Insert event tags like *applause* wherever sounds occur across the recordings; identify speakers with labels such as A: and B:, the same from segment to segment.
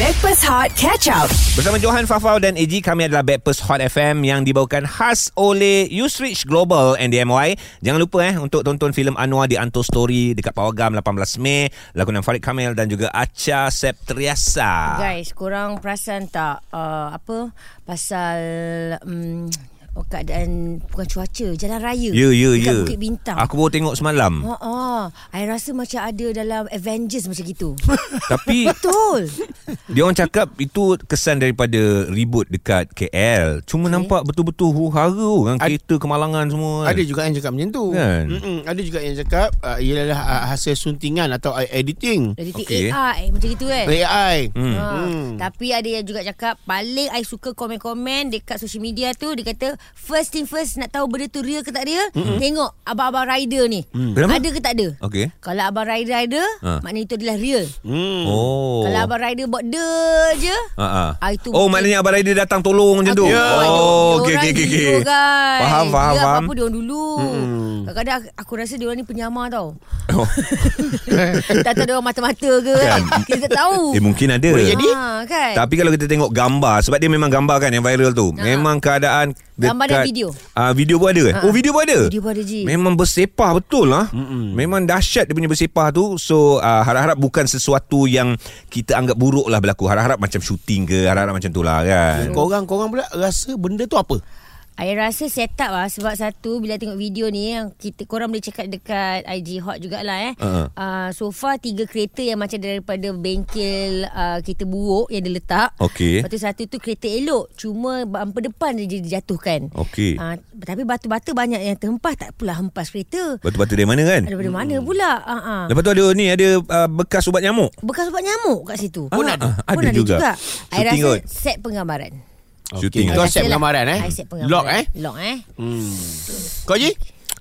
A: Breakfast Hot Catch Up.
B: Bersama Johan Fafau dan Eji kami adalah Backpast Hot FM yang dibawakan khas oleh Usrich Global and DMY. Jangan lupa eh untuk tonton filem Anwar di Anto Story dekat Pawagam 18 Mei, lakonan Farid Kamil dan juga Acha Septriasa.
C: Guys, korang perasan tak uh, apa pasal um, keadaan bukan cuaca, jalan raya.
B: Ya ya
C: dekat
B: ya.
C: Bukit Bintang.
B: Aku baru tengok semalam.
C: Ha ah, I rasa macam ada dalam Avengers macam gitu. *laughs*
B: Tapi
C: Betul.
B: dia orang cakap itu kesan daripada ribut dekat KL. Cuma okay. nampak betul-betul huru-hara orang
D: Ad-
B: kereta kemalangan semua.
D: Ada juga yang cakap macam tu.
B: Kan?
D: Mm-mm. Ada juga yang cakap uh, ialah uh, hasil suntingan atau uh, editing
C: Dari
B: Okey.
C: okay. AI macam gitu kan.
D: AI.
B: Hmm.
C: Ha,
D: Hmm.
C: Tapi ada yang juga cakap Paling I suka komen-komen Dekat social media tu Dia kata First thing first Nak tahu benda tu real ke tak real Mm-mm. Tengok Abang-abang rider ni mm.
B: Hmm. Kenapa?
C: Ada ke tak ada
B: Okey.
C: Kalau abang rider-rider
B: Ha.
C: ha. Maknanya itu adalah real
D: Hmm.
B: Oh.
C: Kalau abang rider buat dia je
B: Ha
C: Ah, itu Ah, ya,
B: Oh
C: mungkin-
B: maknanya abang rider datang tolong macam tu. Oh okey okey okey. okey. Faham faham
C: dia
B: faham.
C: apa-apa dia orang dulu hmm. Kadang-kadang aku- aku rasa dia orang ni penyamar tau *laughs*
B: Oh,
C: Tak tahu dia orang mata-mata ke
B: Kan.
C: *laughs* Kita tak tahu
B: eh mungkin ada.
D: Boleh jadi.
C: ha, kan?
B: Tapi kalau kita tengok gambar sebab dia memang gambar kan yang viral tu. Memang keadaan dekat
C: Ah. Gambar dan video.
B: Ah video pun ada. eh? Oh video pun ada.
C: Video pun ada, Ji.
B: Memang bersepah betul lah. Memang dahsyat dia punya bersepah tu. So ah, harap-harap bukan sesuatu yang kita anggap buruk lah berlaku. Harap-harap macam syuting ke, harap-harap macam tu lah kan.
D: Korang korang pula rasa benda tu apa?
C: I rasa set up lah sebab satu bila tengok video ni yang kita korang boleh check out dekat IG Hot jugalah eh.
B: Uh-uh.
C: Uh-huh. Uh, so far tiga kereta yang macam daripada bengkel uh, kereta buruk yang dia letak.
B: Okey.
C: Lepas tu satu tu kereta elok cuma bumper depan je dia jatuhkan.
B: Okey.
C: Uh, tapi batu-batu banyak yang terhempas tak pula hempas kereta.
B: Batu-batu dari mana kan?
C: Daripada mana pula? Uh-huh.
B: Lepas tu ada ni ada ah, bekas ubat nyamuk.
C: Bekas ubat nyamuk kat situ.
B: Pun ada. Ah, Ada juga.
C: I
B: Shooting
C: rasa
B: kot.
C: set penggambaran.
B: Shooting. Rasalah.
D: Kau set penggambaran eh?
C: I set penggambaran.
D: Lock eh?
C: Lock eh.
D: Kau je?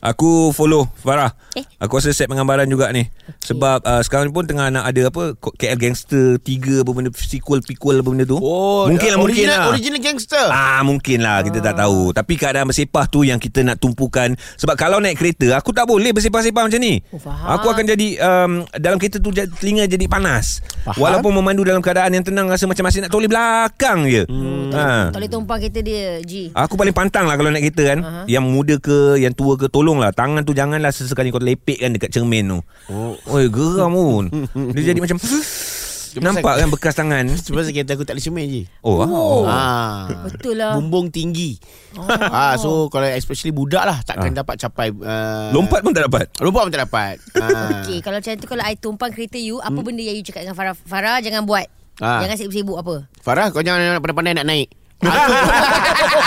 B: Aku follow Farah. Eh?
C: Eh?
B: Aku rasa set penggambaran juga ni. Okay. Sebab uh, sekarang ni pun tengah nak ada apa Ko- KL Gangster 3 apa benda sequel prequel apa benda tu. mungkin lah mungkin
D: Oh, original,
B: lah.
D: Original gangster.
B: Ah mungkin lah kita tak
C: Ah.
B: tahu Tapi keadaan bersepah tu Yang kita nak tumpukan Sebab kalau naik kereta Aku tak boleh bersepah-sepah macam ni
C: Oh, faham.
B: Aku akan jadi um, Dalam kereta tu jad- Telinga jadi panas
D: Faham.
B: Walaupun memandu dalam keadaan yang tenang Rasa macam masih nak toleh belakang je hmm.
C: Tak boleh tumpang kereta dia, G.
D: Ah.
B: Aku paling pantang lah kalau naik kereta kan uh-huh. Yang muda ke Yang tua ke Tolonglah Tangan tu janganlah sesekali kau lepek kan Dekat cermin tu oh. Oi geram *laughs* pun Dia jadi macam Nampak kan bekas tangan
D: *laughs* Sebab kereta aku tak ada cermin je.
B: Oh, oh. Ah.
D: Ah.
C: Betul lah.
D: Bumbung tinggi. Oh. ah, so kalau especially budak lah takkan dapat capai uh,
B: Ah. Lompat pun tak dapat
D: Lompat pun tak
C: *laughs*
D: dapat. ah.
C: Okay, kalau macam tu kalau I tumpang kereta you, apa hmm. benda yang you cakap dengan Farah? Farah jangan buat.
D: Ah.
C: Ha. Jangan sibuk-sibuk apa. *laughs*
D: Farah kau jangan pandai-pandai nak naik.
B: *laughs*
D: Aku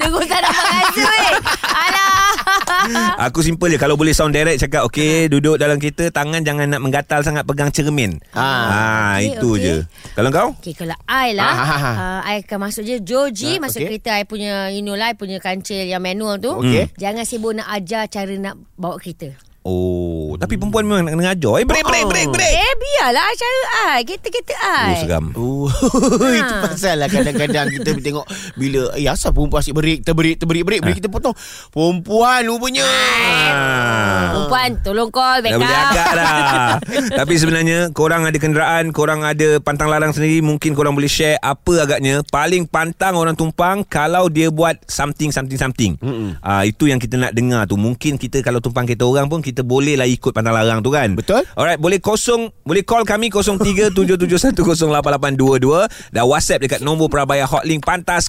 C: Terus tak dapat rasa weh. Alah.
D: *laughs*
B: Aku simple je Kalau boleh sound direct Cakap okay Duduk dalam kereta Tangan jangan nak menggatal sangat Pegang cermin ah,
D: Ah.
B: okay,
C: Okey,
B: Itu
C: okey.
B: okay. je Kalau kau
C: Okay, kalau I lah,
D: Ah, ah, ah.
C: uh, I akan masuk je Joji,
D: Ah,
C: masuk
D: okey.
C: kereta I punya, you know lah, I punya kancil yang manual tu. Hmm.
D: Okey.
C: Jangan sibuk nak ajar cara nak bawa kereta.
B: Oh Tapi perempuan memang nak kena ajar Eh break break break break
C: Eh, biarlah I cara I. Kereta-kereta I.
B: Oh seram
D: Oh,
B: Ha.
D: itu pasal lah kadang-kadang kita tengok bila eh asal perempuan asyik berik, terberik, terberik, berik,
B: Ha.
D: bila kita potong. Perempuan rupanya.
B: Ah.
C: Perempuan, tolong call back
B: Dah boleh
C: up.
B: agak
D: *laughs*
B: dah Tapi sebenarnya Korang ada kenderaan Korang ada pantang larang sendiri Mungkin korang boleh share Apa agaknya Paling pantang orang tumpang Kalau dia buat Something something something uh, Itu yang kita nak dengar tu Mungkin kita Kalau tumpang kereta orang pun Kita boleh lah ikut pantang larang tu kan
D: Betul.
B: Alright boleh kosong Boleh call kami 0377108822 Dan whatsapp dekat Nombor Prabaya Hotlink Pantas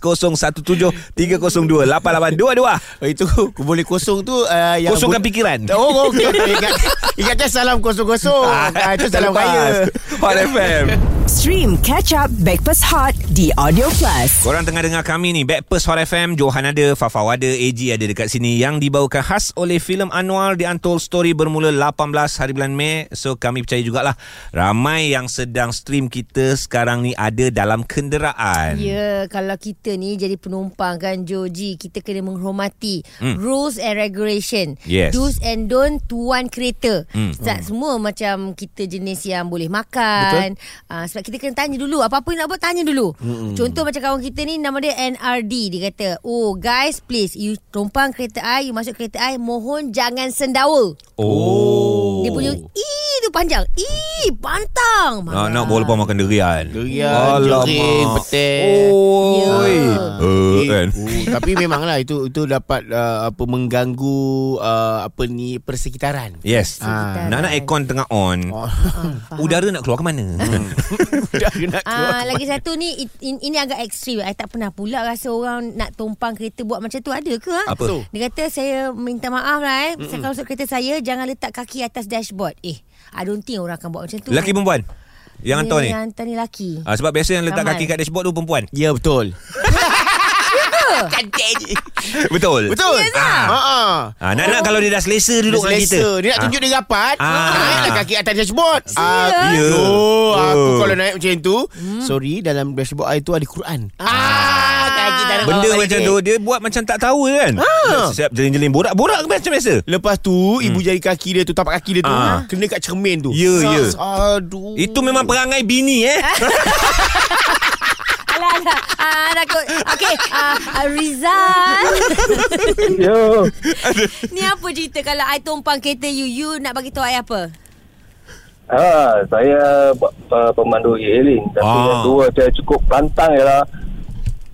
B: 0173028822
D: Oh, itu boleh kosong tu uh, yang
B: Kosongkan pikiran.
D: Oh, okey. Ingat, ingatkan salam kosong-kosong.
B: Ha.
D: Ah, itu
B: *laughs*
D: salam kaya.
B: Hot FM
A: Stream Catch Up Breakfast Hot di Audio Plus.
B: Korang tengah dengar kami ni Backpast Hot FM Johan ada Fafau ada AG ada dekat sini Yang dibawakan khas oleh filem Anwar Di Untold Story Bermula 18 hari bulan Mei So kami percaya jugalah Ramai yang sedang stream kita Sekarang ni ada dalam kenderaan
C: Ya, kalau kita ni jadi penumpang kan Joji, kita kena menghormati hmm. rules and regulation.
B: Yes. Hmm.
C: Do's and don't tuan kereta. Hmm. Tak semua macam kita jenis yang boleh makan, uh, sebab kita kena tanya dulu. Apa-apa nak buat tanya dulu.
B: Hmm.
C: Mm-hmm. Contoh macam kawan kita ni nama dia NRD dia kata, "Oh guys, please you tumpang kereta I, you masuk kereta I, mohon jangan sendawa."
B: Oh.
C: Dia punya i tu panjang. I pantang.
B: Nak nak bola pun makan durian.
D: Durian, jering,
B: Alamak.
D: petai.
B: Oh.
C: Ya.
B: Eh,
D: Eh,
B: kan.
D: oh, tapi memanglah itu itu dapat uh, apa mengganggu uh, apa ni persekitaran. *laughs*
B: Yes.
C: Ah.
B: Nak nak aircon tengah on.
D: Oh, Hmm.
B: Udara nak keluar ke mana?
D: dah nak keluar.
C: Ah, lagi satu ni i- in- ini agak ekstrim. I tak pernah pula rasa orang nak tumpang kereta buat macam tu ada ke? Ha?
B: Apa?
D: So.
C: Dia kata saya minta maaf lah eh. Mm-mm. Kalau masuk kereta saya jangan letak kaki atas dashboard. Eh, I don't think orang akan buat macam tu. eh.
B: Lelaki perempuan? Yang hantar ni.
C: Yang hantar ni laki.
B: Ah, sebab biasa yang letak
C: Ramai.
B: kaki kat dashboard tu perempuan.
D: Ya betul.
B: Betul.
D: *laughs* Betul.
C: Serius ah?
D: Ha ah.
B: Ah, nak nak kalau dia dah selesa duduk dengan kita.
D: Selesa. Dia nak tunjuk dia rapat.
B: Ah.
D: Ah. Naiklah kaki atas dashboard. Ah,
B: Ya.
D: Oh, aku
B: Oh. Hmm.
D: kalau naik macam tu, sorry dalam dashboard I tu ada Quran. Ah, kaki tak nak
B: Benda
D: bawa
B: macam
D: balik. Ha.
B: tu Dia buat macam tak tahu kan Siap jeling-jeling borak-borak macam biasa
D: Lepas tu ibu jari kaki dia tu tapak kaki dia tu
B: Hmm. Ah.
D: kena kat cermin tu.
B: Ya, ya.
D: Sas, Aduh.
B: Itu memang perangai bini eh
C: Alah, alah. Ah, takut. Okey, ah, ah, Rizal.
E: Yo,
C: ni apa cerita kalau I tumpang kereta you, you nak bagi tahu I apa?
E: ha, saya uh, pemandu e-hailing Tapi
B: Ah.
E: ah. yang dua saya cukup pantang ialah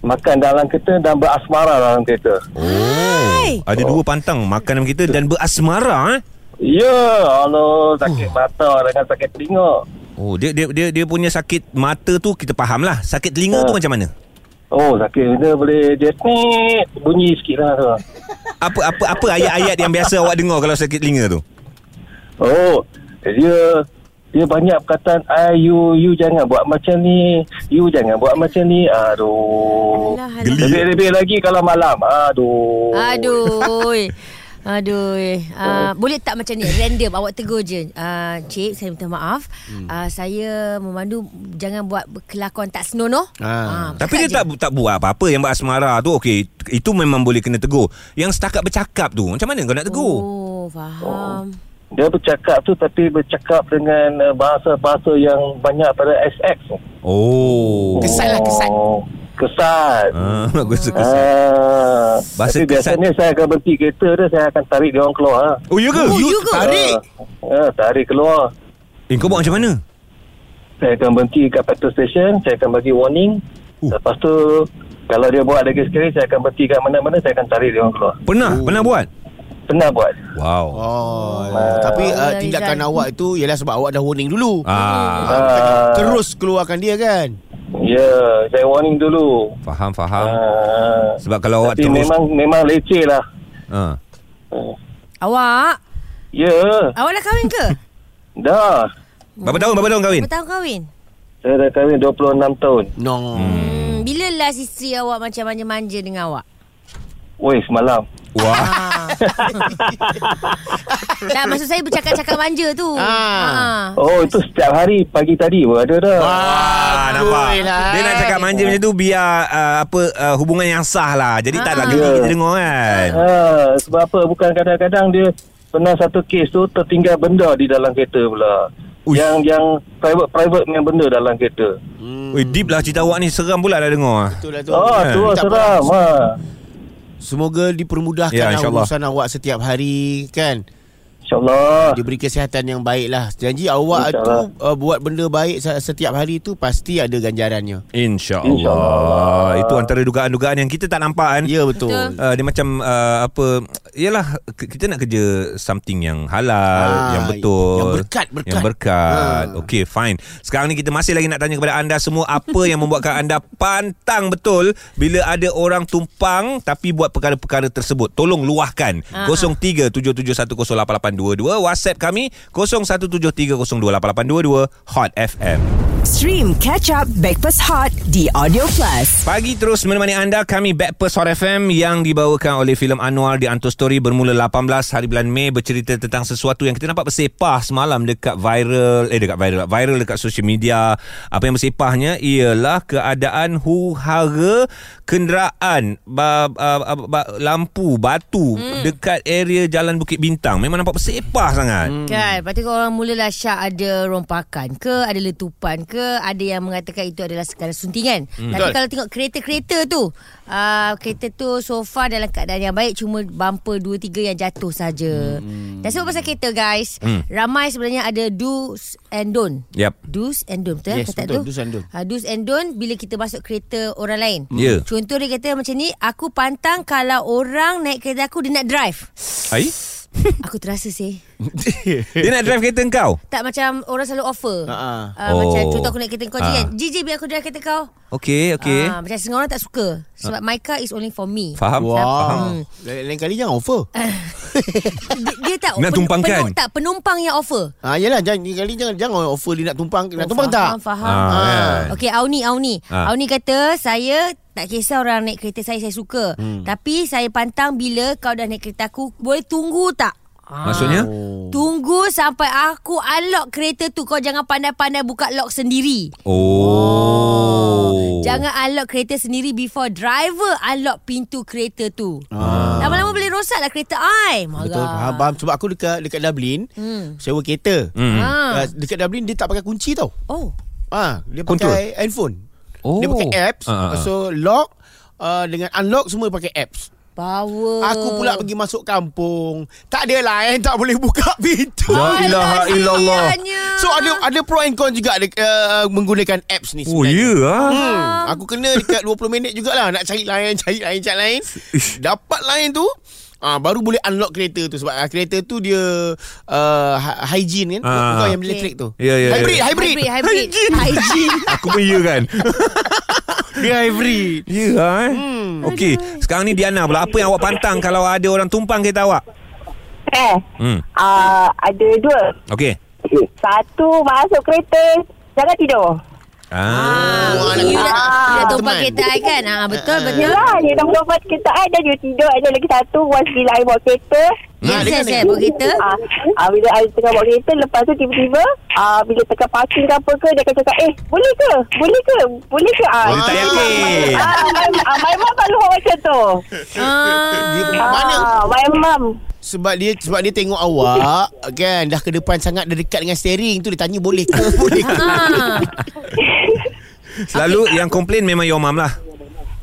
E: Makan dalam kereta dan berasmara dalam kereta
B: Oh Ada dua pantang Makan dalam kita Dan berasmara eh
E: Ya, Allah sakit
B: Hmm.
E: mata dengan sakit telinga
B: Oh dia dia dia dia punya sakit mata tu kita faham lah. Sakit telinga
D: Ha.
B: tu macam mana?
E: Oh sakit dia boleh dia ni bunyi sikit lah tu
B: Apa apa apa ayat-ayat yang biasa awak dengar kalau sakit telinga tu?
E: Oh dia dia banyak perkataan I, you, you jangan buat macam ni You jangan buat macam ni Aduh
C: Alah, alah.
B: Geli.
E: Lebih-lebih lagi kalau malam Aduh
C: Aduh. Aduh. Uh, boleh tak macam ni random awak tegur je. Uh, cik, saya minta maaf. Hmm. Uh, saya memandu jangan buat kelakuan tak senonoh. Ah,
D: Ah.
C: cakap
B: Tapi dia
C: je.
B: tak tak buat apa-apa yang berasmara tu. Okey, itu memang boleh kena tegur. Yang setakat bercakap tu, macam mana kau nak tegur?
C: Oh, faham.
E: Dia bercakap tu tapi bercakap dengan uh, bahasa-bahasa yang banyak pada XX.
B: Oh.
D: Kes- Kesat lah, kesat.
E: Oh, Kesat.
B: Ah, *laughs* aku suka.
E: Ah,
B: Bahasa
E: tapi
B: kesat.
E: biasanya saya akan berhenti kereta dia saya akan tarik dia orang keluar. ah.
B: Oh, ya ke?
C: Oh, you ke?
D: Tarik.
E: Ah, tarik keluar.
B: Eh, kau buat macam mana?
E: Saya akan berhenti kat petrol station, saya akan bagi warning.
B: Oh.
E: Lepas tu kalau dia buat lagi sekali saya akan berhenti kat mana-mana saya akan tarik dia orang keluar.
B: Pernah,
D: Oh.
B: pernah buat.
E: Pernah buat.
B: Wow.
D: Oh, tapi
C: Allah,
D: uh, tindakan
C: Rizal.
D: awak itu ialah sebab awak dah warning dulu.
B: Ah,
E: Ah,
D: Terus keluarkan dia kan?
E: Ya, saya warning dulu.
B: faham faham.
E: Ah,
B: Sebab kalau awak
E: tapi
B: terus
E: memang memang leceh lah.
B: ah.
C: Awak,
E: Ya,
C: awak dah kahwin ke?
E: dah.
B: Berapa tahun berapa tahun kahwin?
C: Berapa tahun kahwin?
E: Saya dah kahwin 26 tahun.
D: No.
C: Hmm, bila last isteri awak macam manja-manja dengan awak?
E: Weh, semalam.
B: Wah.
C: Ah. tak, maksud saya bercakap-cakap manja tu. Ah.
D: Ah.
E: Oh, itu setiap hari pagi tadi pun ada dah.
B: Ah, nampak. Dia nak cakap manja macam tu biar uh, apa uh, hubungan yang sah lah. Jadi tak
C: Ah.
B: lah geli kita dengar kan.
E: Ha, sebab apa? Bukan kadang-kadang dia pernah satu kes tu tertinggal benda di dalam kereta pula.
B: Uish.
E: Yang yang private-private punya benda dalam kereta.
B: Oi, deep lah cerita awak ni seram pula dah dengar.
D: Betul lah tu.
E: Oh, tu
D: Tak apa.
E: seram. Ha.
D: Semoga dipermudahkan
B: Ya,
D: ya,
B: insyaAllah.
D: urusan awak setiap hari kan.
E: InsyaAllah.
D: Diberi kesihatan yang baik lah. Janji awak
E: InsyaAllah.
D: tu uh, buat benda baik se- setiap hari tu pasti ada ganjarannya.
B: InsyaAllah.
E: InsyaAllah.
B: Itu antara dugaan-dugaan yang kita tak nampak kan.
D: Ya betul.
C: Betul.
B: Uh, dia macam uh, apa Yalah k- Kita nak kerja Something yang halal
D: Ah,
B: Yang betul
D: yang berkat, berkat.
B: Yang berkat
D: Ah.
B: Okay fine Sekarang ni kita masih lagi nak tanya kepada anda semua Apa yang membuatkan anda Pantang betul Bila ada orang tumpang Tapi buat perkara-perkara tersebut Tolong luahkan
C: Ah.
B: 0377108822 WhatsApp kami 0173028822 Hot FM
A: Stream Catch Up Backpass Hot di Audio Plus.
B: Pagi terus menemani anda kami Backpast Hot FM yang dibawakan oleh filem Anwar di Antos story bermula 18 hari bulan Mei bercerita tentang sesuatu yang kita nampak bersepah semalam dekat viral eh dekat viral viral dekat social media. Apa yang bersepahnya ialah keadaan huru-hara kenderaan ba, ba, ba, ba, lampu batu hmm. dekat area Jalan Bukit Bintang. Memang nampak bersepah sangat. Hmm.
C: Kan, lepas tu orang mulalah syak ada rompakan ke, ada letupan ke, ada yang mengatakan itu adalah sekadar suntingan. Hmm. Tapi
D: Betul.
C: kalau tengok kereta-kereta tu, uh, kereta tu so far dalam keadaan yang baik, cuma bumper 2-3 yang jatuh saja. Hmm. Dan sebab pasal kereta guys, hmm. ramai sebenarnya ada do's and don't.
B: Yap.
C: Do's and don't, betul?
D: Ya. Yes,
C: kata
D: betul.
C: tu?
D: Do's and don't.
C: Uh, do's and don't bila kita masuk kereta orang lain.
B: Ya.
C: Contoh dia kata macam ni, aku pantang kalau orang naik kereta aku dia nak drive.
D: *laughs*
B: Ai?
C: aku terasa sih.
B: Dia nak drive kereta kau?
C: Tak macam orang selalu offer.
D: Ha-ha.
C: Uh,
B: Oh.
C: Macam contoh aku naik kereta kau je
B: Ah.
C: kan. Jiji biar aku drive kereta kau.
B: Okey, okey.
C: Ah, macam setengah orang tak suka. Sebab my car is only for me.
B: Faham? Faham.
D: Wow. Lain, lain kali jangan offer.
C: dia, dia tak
B: Nak
C: pen-
B: tumpangkan.
C: penumpang- tak penumpang yang offer.
D: Ah yelah jangan lain kali jangan jangan offer dia nak tumpang nak
C: Oh,
D: tumpang
C: faham,
D: tak?
C: Faham.
B: Ah,
C: Ah.
B: kan.
C: Okey, Auni, Auni.
B: Ah.
C: Auni kata, saya tak kisah orang naik kereta saya, saya suka. Hmm. Tapi saya pantang bila kau dah naik kereta aku, boleh tunggu tak? Ah.
B: Maksudnya?
D: Oh.
C: Tunggu sampai aku unlock kereta tu. Kau jangan pandai-pandai buka lock sendiri.
B: Oh.
C: Jangan unlock kereta sendiri before driver unlock pintu kereta tu. Ah. Lama-lama boleh rosaklah kereta I. Marah. Ah.
D: Betul faham, faham sebab aku dekat dekat Dublin
C: Hmm.
D: sewa kereta.
B: Hmm.
C: Ah.
D: Ah, dekat Dublin dia tak pakai kunci tau.
C: Oh.
D: Ah, dia
B: Control.
D: pakai handphone.
B: Oh.
D: Dia pakai apps.
B: Ah, ah, ah.
D: So lock uh, dengan unlock semua pakai apps.
C: Power.
D: Aku
C: Oh.
D: pula pergi masuk kampung. Tak ada lain tak boleh buka pintu.
B: La ilaha illallah.
D: So ada ada pro and con juga dek- uh, menggunakan apps ni
B: Oh,
D: sebenarnya.
B: ya ah.
D: Hmm, aku kena dekat 20 minit jugalah nak cari lain, cari lain, cari lain.
B: Ish.
D: Dapat lain tu, ah baru boleh unlock kereta tu sebab ah, kereta tu dia uh, hy- hygiene kan.
B: Ah.
D: Ah. Bukan yang
C: Okay.
D: elektrik tu.
B: Ya, ya, ya.
D: hybrid, hybrid,
C: Hybrid, hybrid. Hygiene.
B: Aku pun ya kan.
D: *laughs* Dia hybrid.
B: Ya yeah, eh. Hmm. Okey, sekarang ni Diana pula apa yang awak pantang kalau ada orang tumpang kereta awak?
F: Eh,
B: Hmm.
F: uh, ada dua.
B: Okey.
F: Satu masuk kereta, jangan tidur.
B: Ah.
D: Wah,
C: you dah, you
D: nak-
C: dah
D: nak
C: tumpang
D: teman.
C: kereta I kan? Ah, betul, betul.
F: Yelah, Ya, dia dah berubah kereta I dan dia tidur. Ada lagi satu, once bila I bawa kereta.
C: Yes,
D: dia
C: yes,
D: kena-
C: yes. Bawa kereta.
F: Ah, ah, bila I tengah bawa kereta, lepas tu tiba-tiba, ah, bila tekan parking ke apa ke, dia akan cakap, eh, boleh ke? Boleh ke? Boleh ke? Ah,
B: Oh, dia tak yakin.
F: Ah, my- ah, my mom selalu buat macam tu.
D: Dia
B: Eh,
C: Ah.
D: mana?
F: Ah, my mom.
D: Sebab dia sebab dia tengok awak kan dah ke depan sangat dah dekat dengan steering tu dia tanya
C: *laughs*
D: boleh ke boleh ke.
C: Ah.
B: Selalu yang komplain memang your mum lah.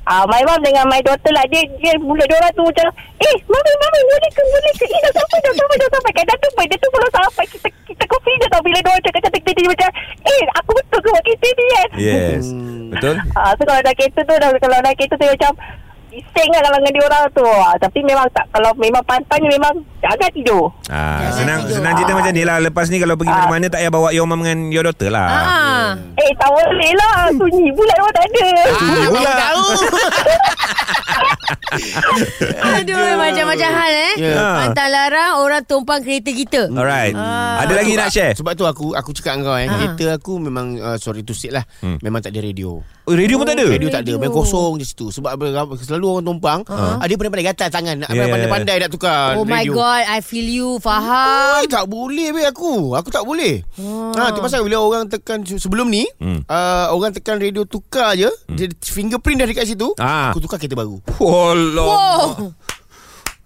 F: Ah, my mom dengan my daughter lah Dia, dia mulut dia orang tu macam Eh, mami, mami, boleh ke, boleh ke Eh, dah sampai, dah sampai, dah sampai Kadang tu dia tu belum sampai Kita kita confident tau Bila dia orang cakap cantik Dia macam Eh, aku betul ke buat kereta ni kan
B: Yes.
D: Hmm.
B: Betul?
F: ah, So kalau naik kereta tu dah, Kalau naik kereta tu dia macam Bising lah kalau dengan dia orang tu ah, Tapi memang tak Kalau memang pantang ni Memang jangan tidur
B: Ah, senang senang cerita macam ni lah. Lepas ni kalau pergi
D: Ah.
B: mana-mana tak payah bawa your mum dengan your daughter lah.
C: Ah.
F: Eh, tak boleh lah Sunyi pula dia orang tak ada
D: Ah, baru tahu.
C: Aduh, macam-macam hal eh.
D: Ya.
C: Pantang larang orang tumpang kereta kita.
B: Alright.
D: Ah.
B: Ada lagi nak share?
D: Sebab tu aku aku cakap dengan kau eh, kereta aku memang uh, sorry to say lah, memang tak ada radio.
B: Oh, radio pun tak ada.
D: Radio, tak ada Memang kosong je situ Sebab apa, selalu orang tumpang uh-huh. Dia pandai-pandai gatal tangan Nak
B: Yeah.
D: yeah. pandai-pandai nak tukar
C: Oh my
D: radio.
C: god, I feel you. Faham?
D: Ay, tak boleh be aku. Aku tak boleh. Ha, tu pasal bila orang tekan sebelum ni, hmm. uh, orang tekan radio tukar je, hmm. dia fingerprint dah dekat situ.
B: Ah.
D: Aku tukar kereta baru.
B: Walau.
C: Oh.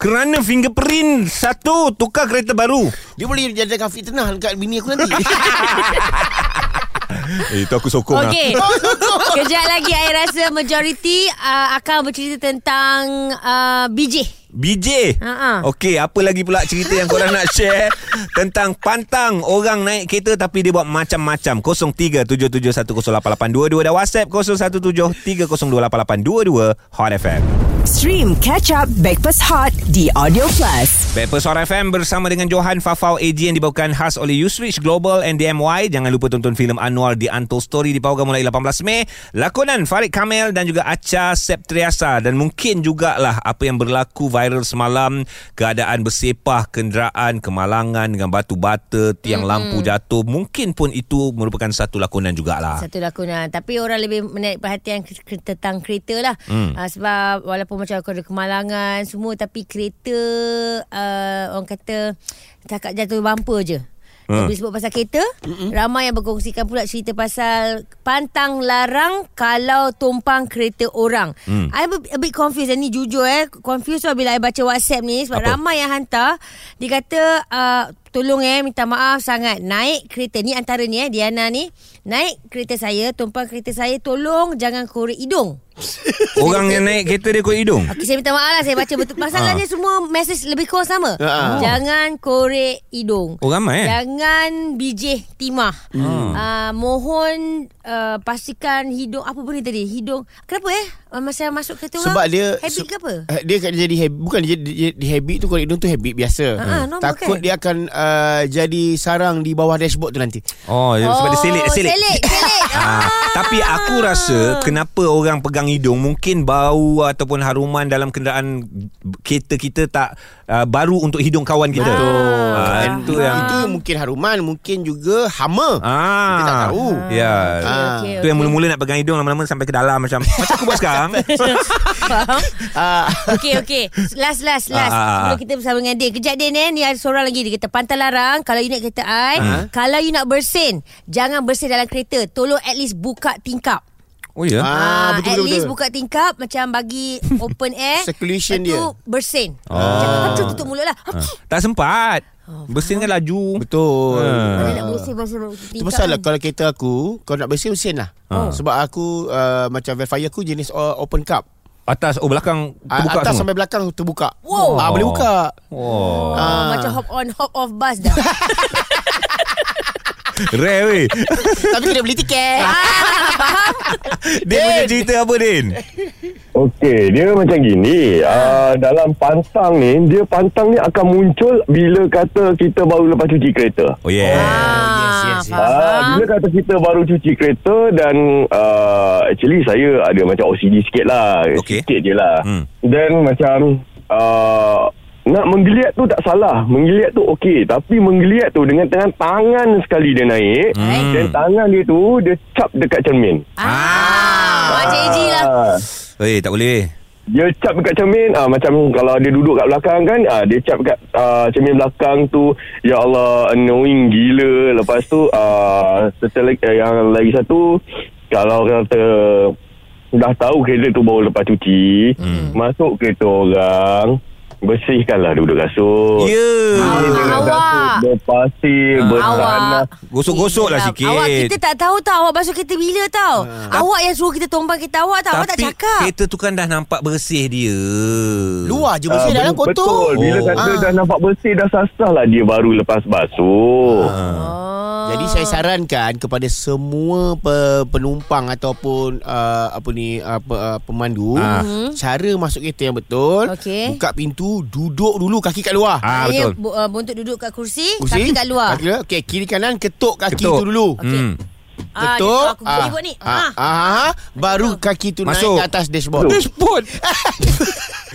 B: Kerana fingerprint satu tukar kereta baru.
D: Dia boleh jadikan fitnah dekat bini aku nanti.
B: Eh, itu aku sokong
C: Okey. Kejap lagi I rasa majoriti uh, akan bercerita tentang uh, BJ.
B: BJ
C: Ha-ha.
B: Okey apa lagi pula cerita yang korang nak
C: *laughs*
B: share Tentang pantang orang naik kereta tapi dia buat macam-macam 0377108822 dan WhatsApp 0173028822 Hot FM
A: Stream Catch Up Backpass Hot di Audio Plus.
B: Backpast Hot FM bersama dengan Johan Fafau AG yang dibawakan khas oleh Usrich Global and DMY Jangan lupa tonton filem Anwar di Antol Story dipawakan mulai 18 Mei Lakonan Farid Kamel dan juga Acha Septriasa Dan mungkin jugalah apa yang berlaku viral semalam Keadaan bersepah kenderaan kemalangan dengan batu bata Tiang mm-hmm. lampu jatuh Mungkin pun itu merupakan satu lakonan jugalah
C: Satu lakonan Tapi orang lebih menarik perhatian ke- ke- Tentang kereta lah hmm. uh, Sebab walaupun macam aku ada kemalangan semua tapi kereta uh, orang kata cakap jatuh bumper je.
B: Ha.
C: Ha. Bila sebut pasal kereta, Mm-mm. ramai yang berkongsikan pula cerita pasal pantang larang kalau tumpang kereta orang. Mm. I'm a, a bit confused. Yang ni jujur eh. Confused lah bila I baca WhatsApp ni sebab
B: Apa?
C: Apa? ramai yang hantar. Dia kata, uh, tolong eh minta maaf sangat. Naik kereta ni antara ni eh, Diana ni. Naik kereta saya, tumpang kereta saya, tolong jangan korek hidung.
B: Orang yang naik kereta dia korek hidung.
C: Okay, saya minta maaf lah saya baca betul. Masalahnya
B: Ah.
C: semua mesej lebih kurang sama.
D: Ah.
C: Jangan korek hidung.
B: Oh, ramai, eh?
C: Ya. Jangan bijih timah. Hmm. Uh, mohon uh, pastikan hidung apa benda tadi? Hidung. Kenapa eh? Uh, Masa masuk kereta
D: Sebab
C: orang.
D: dia
C: habit
D: se-
C: ke apa?
D: eh, Dia akan jadi habit Bukan dia, dia, dia habit tu Kalau hidung tu habit biasa Hmm.
C: Ah, ah, normal
D: Takut
C: kan?
D: dia akan uh, Jadi sarang di bawah dashboard tu nanti
B: Oh, oh sebab dia selit, selit.
C: Selit,
B: *laughs*
C: selit.
B: Ah, tapi aku rasa kenapa orang pegang hidung mungkin bau ataupun haruman dalam kenderaan kereta kita tak uh, baru untuk hidung kawan kita. Betul. Ah, itu yang
D: Itu mungkin haruman Mungkin juga hama
B: Ah,
D: Kita tak tahu.
B: Ya.
C: Okey,
B: Yeah.
C: okey,
B: Tu yang
C: okey.
B: mula-mula nak pegang hidung lama-lama sampai ke dalam *laughs* macam macam aku buat sekarang.
C: Faham?
D: Ah, *laughs*
C: Okey okey. Last last last.
B: Ah, ah, ah.
C: Sebelum kita bersama dengan Din. Kejap Din eh. Ni ada seorang lagi dia kata pantang larang kalau you naik kereta ai,
B: Ah.
C: kalau you nak bersin, jangan bersin dalam kereta. Tolong at least buka tingkap.
B: oh ya.
D: Ah,
C: Ah,
D: betul,
C: at
D: betul,
C: least
D: betul.
C: buka tingkap macam
B: *laughs*
C: bagi open air.
D: Circulation
C: Lepas tu
D: dia.
C: bersin.
B: Ah.
C: Jangan tu tutup mulut lah. Ah.
B: Tak sempat. Bersin kan laju.
D: Betul
C: Mana
B: Ah.
C: nak bersin bersin
D: Itu
C: tingkap. Oh.
D: pasal lah
C: kan?
D: kalau kereta aku Kau nak bersih bersin lah Sebab aku uh, Macam verifier aku jenis uh, open cup
B: Atas oh belakang
D: Ah,
B: terbuka
D: Atas
B: semua.
D: sampai belakang terbuka
C: Wow.
D: ah, Boleh buka
B: Oh,
C: Oh,
D: Ah.
C: Macam hop on hop off bus
D: *laughs*
C: dah
B: rare weh.
D: Tapi kena beli tiket
B: *laughs*
C: Ah,
B: Din punya cerita apa Din?
E: Okey, dia macam gini. Uh, dalam pantang ni, dia pantang ni akan muncul bila kata kita baru lepas cuci kereta.
B: Oh yeah.
D: yes, yes, yes.
E: Ah,
C: faham.
E: bila kata kita baru cuci kereta dan uh, actually saya ada macam OCD sikit lah.
B: Okey.
E: Sikit je lah.
B: Hmm.
E: Then macam uh, nak menggeliat tu tak salah. Menggeliat tu okey. Tapi menggeliat tu dengan tangan tangan sekali dia naik.
B: Hmm.
E: Dan tangan dia tu dia cap dekat cermin.
C: ah, Macam AG lah
E: Ah,
B: Weh, tak boleh. weh.
E: dia cap dekat cermin ah macam kalau dia duduk kat belakang kan ah dia cap dekat ah, cermin belakang tu ya Allah annoying gila lepas tu ah setelah eh, yang lagi satu kalau kata dah tahu kereta tu baru lepas cuci hmm. masuk kereta orang bersihkanlah duduk kasut
B: Ya. Yeah.
E: Bersihkan
C: Ah, awak.
E: kasut, berpasir
D: Ah.
E: bertanah
C: Awak
B: Gosok-gosok lah
C: Yelah,
B: sikit. Ha.
C: Awak kita tak tahu tau Awak basuh kereta bila tau Awak yang suruh kita tumpang kereta awak tau Awak tak
B: Tapi
C: cakap
B: kereta tu kan dah nampak bersih dia.
D: Luar je
E: Ah,
D: bersih dalam
E: betul-
D: kotor
E: Betul Bila
B: Oh.
E: kata
D: Ah.
E: dah nampak bersih Dah sasah lah dia baru lepas basuh
D: Ah.
C: oh.
D: Jadi saya sarankan kepada semua pe- penumpang ataupun uh, apa ni uh, pe- uh, pemandu
B: Ah.
D: cara masuk kereta yang betul
C: Mhm. Okey.
D: buka pintu duduk dulu kaki kat luar.
B: Ah
C: Saya
B: betul.
C: bu- uh, buntut duduk kat kursi, Kaki kat luar
D: Kaki luar. Okey kiri kanan ketuk kaki
B: Ketuk.
D: tu dulu.
C: Okey.
B: Hmm.
C: Ah, dia
D: Ketuk.
C: tahu Aku ah. ikut ni ah.
D: Ah. ah, baru kaki tu
B: Masuk.
D: naik ke atas dashboard.
B: Dashboard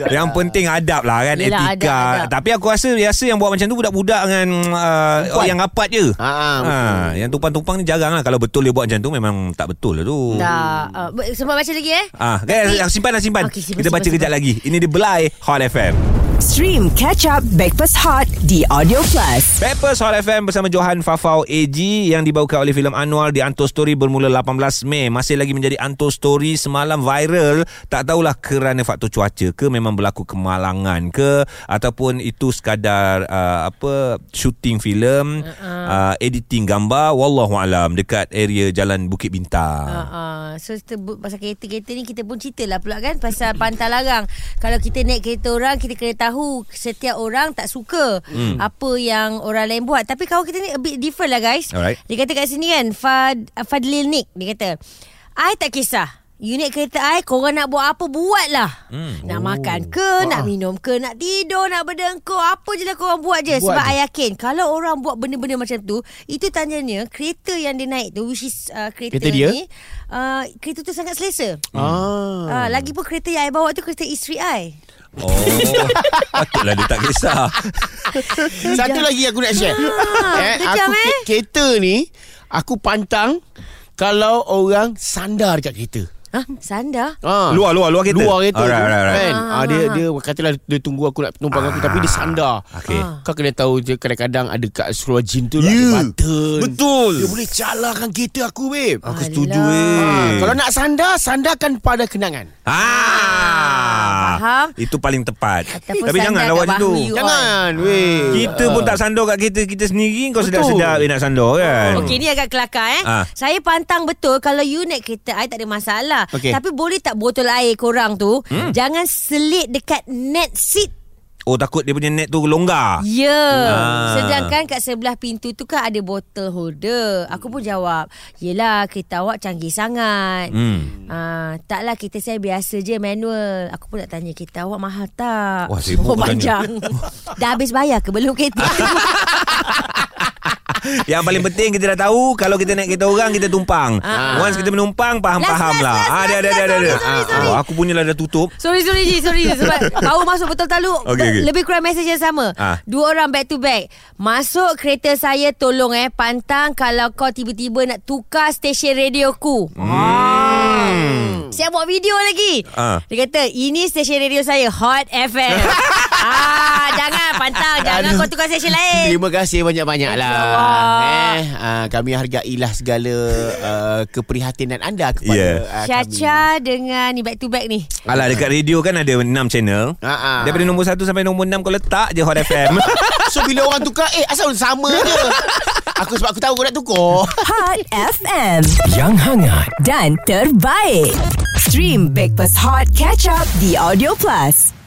B: Yang penting adab lah kan
C: Yelah,
B: Etika
C: adab, adab.
B: Tapi aku rasa Biasa yang buat macam tu Budak-budak dengan uh, Orang yang rapat je
D: Ah, ah,
B: ha, Yang tumpang-tumpang ni jarang lah Kalau betul dia buat macam tu Memang tak betul lah tu
C: Tak uh, Sempat baca lagi eh
B: Ah, kan,
C: Tapi-
B: simpan lah simpan.
C: Okey, simpan,
B: Kita baca
C: simpan,
B: kejap lagi. Ini dia Belai Hot FM.
A: Stream Catch Up Breakfast Hot The Audio Plus.
B: Peppers Hot FM bersama Johan Fafau AG yang dibawakan oleh filem Anwar di Anto Story bermula 18 Mei. Masih lagi menjadi Anto Story semalam viral. Tak tahulah kerana faktor cuaca ke memang berlaku kemalangan ke ataupun itu sekadar uh, apa shooting filem, uh-uh. uh, editing gambar wallahu alam dekat area Jalan Bukit Bintang.
C: Uh, so kita bu- pasal kereta-kereta ni kita pun cerita lah pula kan *coughs* pasal pantang larang. Kalau kita naik kereta orang kita kena tahu setiap orang tak suka hmm. apa yang orang lain buat. Tapi kawan kita ni a bit different lah guys.
B: Alright.
C: Dia kata kat sini kan Fad, Fadlil Nick dia kata I tak kisah Unit kereta I Korang nak buat apa Buat lah hmm. Nak oh. makan ke Nak minum ke Nak tidur Nak berdengkur Apa je lah korang buat je buat Sebab je. I yakin Kalau orang buat benda-benda macam tu Itu tandanya Kereta yang dia naik tu Which is uh, kereta,
D: Kereta dia?
C: ni uh, Kereta tu sangat selesa
B: Hmm.
D: Ah.
C: uh, Lagipun kereta yang I bawa tu Kereta isteri I
B: Oh, *laughs* patutlah dia tak kisah.
D: Satu lagi aku nak share. eh,
C: kejam,
D: aku
C: eh.
D: ke- kereta ni aku pantang kalau orang sandar dekat kereta.
C: Hah? Sandar?
D: Ah.
B: Luar, luar, luar kereta?
D: Luar kereta.
B: Alright,
D: tu,
B: alright, alright.
D: Kan? Ah, dia dia katalah dia tunggu aku nak penumpang aku tapi dia sandar.
B: Okey.
D: Kau kena tahu je kadang-kadang ada kat seluar jin tu
B: Ya.
D: yeah. ada button.
B: Betul.
D: Dia boleh calarkan kereta aku babe.
B: Aku setuju
C: Alah.
B: eh.
D: Ah, kalau nak sandar, sandarkan pada kenangan.
B: Ah,
C: Faham?
B: Itu paling tepat.
C: Ataupun
B: Tapi jangan
C: sandar
B: lawan
C: kat
B: itu.
C: bahu you.
D: Jangan Ah. weh.
B: Kita pun tak sandor kat kereta kita sendiri kau
D: Betul.
B: sedap-sedap eh nak sandor kan.
C: Oh, Okey ni agak kelakar eh.
B: Ah.
C: Saya pantang betul kalau you naik kereta I tak ada masalah.
D: Okey.
C: Tapi boleh tak botol air korang tu hmm. jangan selit dekat net seat.
B: Oh takut dia punya net tu longgar.
C: Ya. Yeah.
B: Ah.
C: Sedangkan kat sebelah pintu tu kan ada botol holder. Aku pun jawab, "Yelah kereta awak canggih sangat."
B: Hmm.
C: Ah, taklah kita saya biasa je manual. Aku pun nak tanya kita awak mahal tak?
B: Wah,
C: oh,
B: sibuk kau *laughs*
C: panjang. Dah habis bayar ke belum kereta?
B: Yang paling penting kita dah tahu kalau kita naik kereta orang kita tumpang. Once kita menumpang
C: Ah, Last,
B: faham-faham lah.
C: last,
B: Ah
C: last,
B: ada ada
C: last,
B: ada ada.
C: sorry, sorry, sorry.
B: Oh, aku punya lah dah tutup.
C: *laughs* sorry sorry Ji, sorry Ji, sebab baru masuk betul talu.
B: Okey, *laughs* okey.
C: Lebih kurang mesej yang sama.
B: Ah.
C: Dua orang back to back. Masuk kereta saya tolong eh pantang kalau kau tiba-tiba nak tukar stesen radio ku. Hmm. Saya buat video lagi.
B: Ah.
C: Dia kata, "Ini stesen radio saya Hot
B: *laughs*
C: FM." ah, jangan pantang, jangan
D: Aduh.
C: kau tukar stesen lain.
D: Terima kasih banyak-banyak lah.
C: InsyaAllah.
D: Eh, ah, kami hargailah segala uh, keprihatinan anda kepada
B: Ya.
D: yeah. uh, kami.
C: Caca dengan ni back to back ni.
B: Alah dekat radio kan ada 6 channel.
D: Ah, ah.
B: Daripada nombor 1 sampai nombor 6 kau letak je Hot FM.
C: *laughs*
D: So bila orang tukar, eh asal
B: *laughs*
D: sama je. Aku sebab aku tahu kau nak tukar.
A: Hot FM
G: Yang hangat
A: dan terbaik. Stream Breakfast Hot Catch Up di Audio Plus.